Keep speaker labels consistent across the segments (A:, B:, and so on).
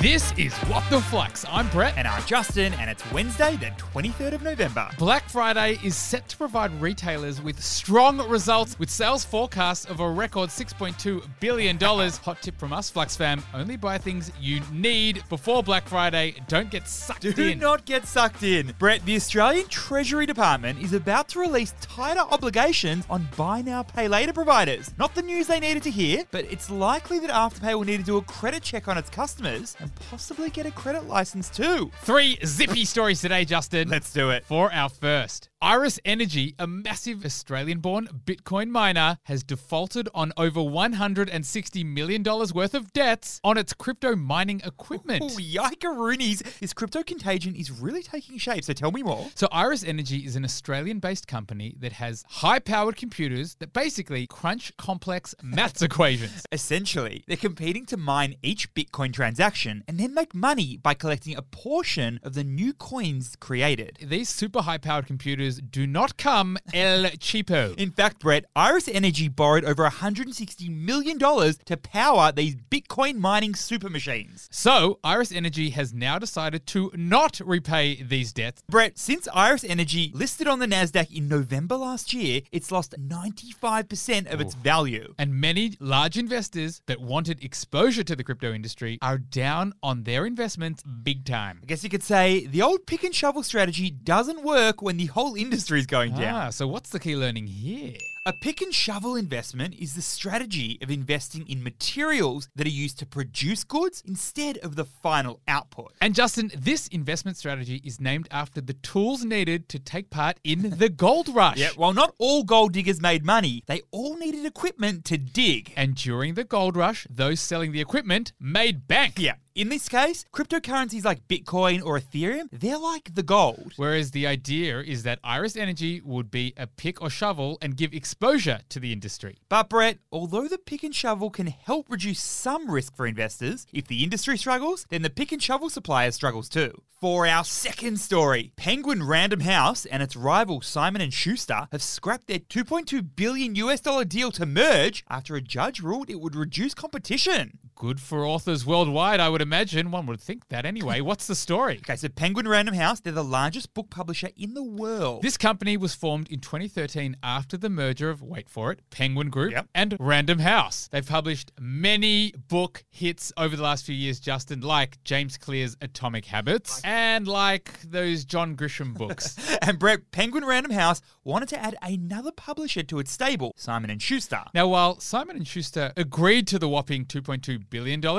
A: This is What the Flux. I'm Brett.
B: And I'm Justin, and it's Wednesday, the 23rd of November.
A: Black Friday is set to provide retailers with strong results with sales forecasts of a record $6.2 billion. Hot tip from us, Flux fam only buy things you need before Black Friday. Don't get sucked
B: Do
A: in.
B: not get sucked in. Brett, the Australian Treasury Department is about to release tighter obligations on buy now, pay later providers. Not the news they needed to hear, but it's likely that Afterpay will need to do a credit check on its customers and possibly get a credit license too.
A: Three zippy stories today, Justin.
B: Let's do it.
A: for our first. Iris Energy, a massive Australian born Bitcoin miner, has defaulted on over $160 million worth of debts on its crypto mining equipment.
B: Oh, yikeroonies. This crypto contagion is really taking shape, so tell me more.
A: So, Iris Energy is an Australian based company that has high powered computers that basically crunch complex maths equations.
B: Essentially, they're competing to mine each Bitcoin transaction and then make money by collecting a portion of the new coins created.
A: These super high powered computers do not come el cheapo.
B: In fact, Brett, Iris Energy borrowed over $160 million to power these Bitcoin mining super machines.
A: So, Iris Energy has now decided to not repay these debts.
B: Brett, since Iris Energy listed on the NASDAQ in November last year, it's lost 95% of its value.
A: And many large investors that wanted exposure to the crypto industry are down on their investments big time.
B: I guess you could say the old pick and shovel strategy doesn't work when the whole industry is going down.
A: Ah, so what's the key learning here?
B: A pick and shovel investment is the strategy of investing in materials that are used to produce goods instead of the final output.
A: And Justin, this investment strategy is named after the tools needed to take part in the gold rush.
B: Yeah, while not all gold diggers made money, they all needed equipment to dig.
A: And during the gold rush, those selling the equipment made bank.
B: Yeah, in this case, cryptocurrencies like Bitcoin or Ethereum, they're like the gold.
A: Whereas the idea is that Iris Energy would be a pick or shovel and give exposure to the industry.
B: But Brett, although the pick and shovel can help reduce some risk for investors, if the industry struggles, then the pick and shovel supplier struggles too. For our second story, Penguin Random House and its rival Simon and Schuster have scrapped their 2.2 billion US dollar deal to merge after a judge ruled it would reduce competition.
A: Good for authors worldwide, I would imagine. One would think that anyway. What's the story?
B: Okay, so Penguin Random House, they're the largest book publisher in the world.
A: This company was formed in 2013 after the merger of, wait for it, Penguin Group
B: Yep.
A: and Random House. They've published many book hits over the last few years, Justin, like James Clear's Atomic Habits and like those John Grisham books.
B: and Brett, Penguin Random House wanted to add another publisher to its stable, Simon and Schuster.
A: Now, while Simon and Schuster agreed to the whopping $2.2 billion deal,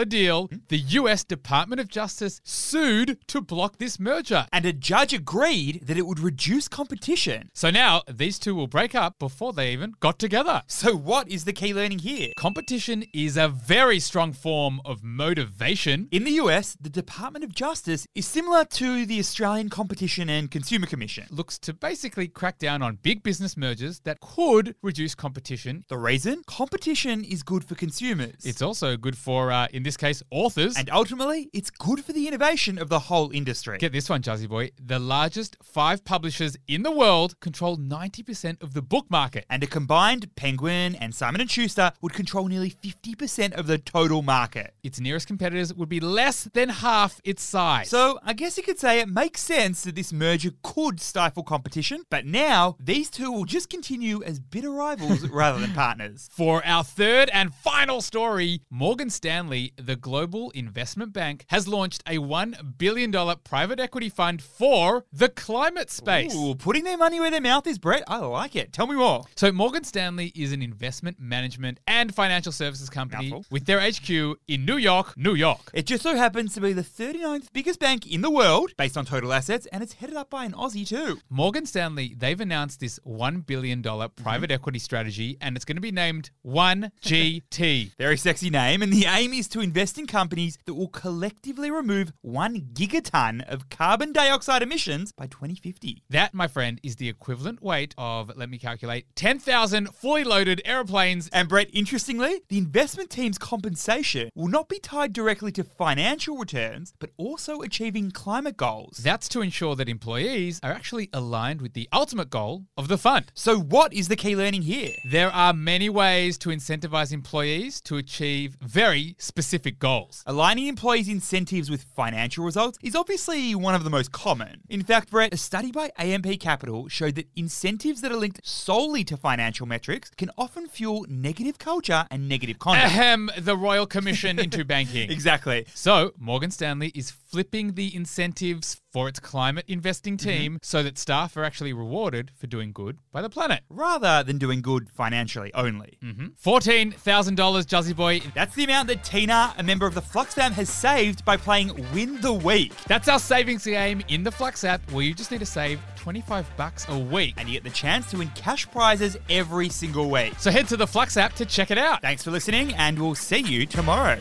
B: Hmm?
A: the US Department of Justice sued to block this merger.
B: and a judge agreed that it would reduce competition.
A: So now these two will break up before they even got together.
B: So, what is the key learning here?
A: Competition is a very strong form of motivation.
B: In the US, the Department of Justice is similar to the Australian Competition and Consumer Commission.
A: It looks to basically crack down on big business mergers that could reduce competition.
B: The reason? Competition is good for consumers.
A: It's also good for, uh, in this case, authors.
B: and ultimately, it's good for the innovation of the whole industry.
A: Get this one, Jazzy Boy. The largest five publishers in the world control 90% of the book market.
B: and a combined Penguin and Simon & Schuster would control nearly 50% of the total market.
A: Its nearest competitors would be less than half its size.
B: So, I guess you could say it makes sense that this merger could stifle competition, but now these two will just continue as bitter rivals rather than partners.
A: For our third and final story, Morgan Stanley, the global investment bank, has launched a $1 billion private equity fund for the climate space.
B: Ooh, putting their money where their mouth is, Brett. I like it. Tell me more.
A: So, Morgan Stanley is an investment management and financial services company
B: Mouthful.
A: with their HQ in New York, New York.
B: It just so happens to be the 39th biggest bank in the world based on total assets, and it's headed up by an Aussie too.
A: Morgan Stanley, they've announced this $1 billion private
B: Mm-hmm.
A: equity strategy, and it's going to be named 1GT.
B: Very sexy name, and the aim is to invest in companies that will collectively remove one gigaton of carbon dioxide emissions by 2050.
A: That, my friend, is the equivalent weight of, let me calculate, 10,000 fully loaded airplanes.
B: And Brett, interestingly, the investment team's compensation will not be tied directly to financial returns, but also achieving climate goals.
A: That's to ensure that employees are actually aligned with the ultimate goal, goal of the fund.
B: So, what is the key learning here?
A: There are many ways to incentivize employees to achieve very specific goals.
B: Aligning employees' incentives with financial results is obviously one of the most common. In fact, Brett, a study by AMP Capital showed that incentives that are linked solely to financial metrics can often fuel negative culture and negative conduct.
A: Ahem, the Royal Commission into banking.
B: exactly.
A: So, Morgan Stanley is flipping the incentives for its climate investing team so that staff are actually rewarded for doing good by the planet.
B: Rather than doing good financially only.
A: $14,000, Juzzy Boy.
B: That's the amount that Tina, a member of the Flux fam, has saved by playing Win the Week.
A: That's our savings game in the Flux app where you just need to save 25 bucks a week.
B: And you get the chance to win cash prizes every single week.
A: So head to the Flux app to check it out.
B: Thanks for listening, and we'll see you tomorrow.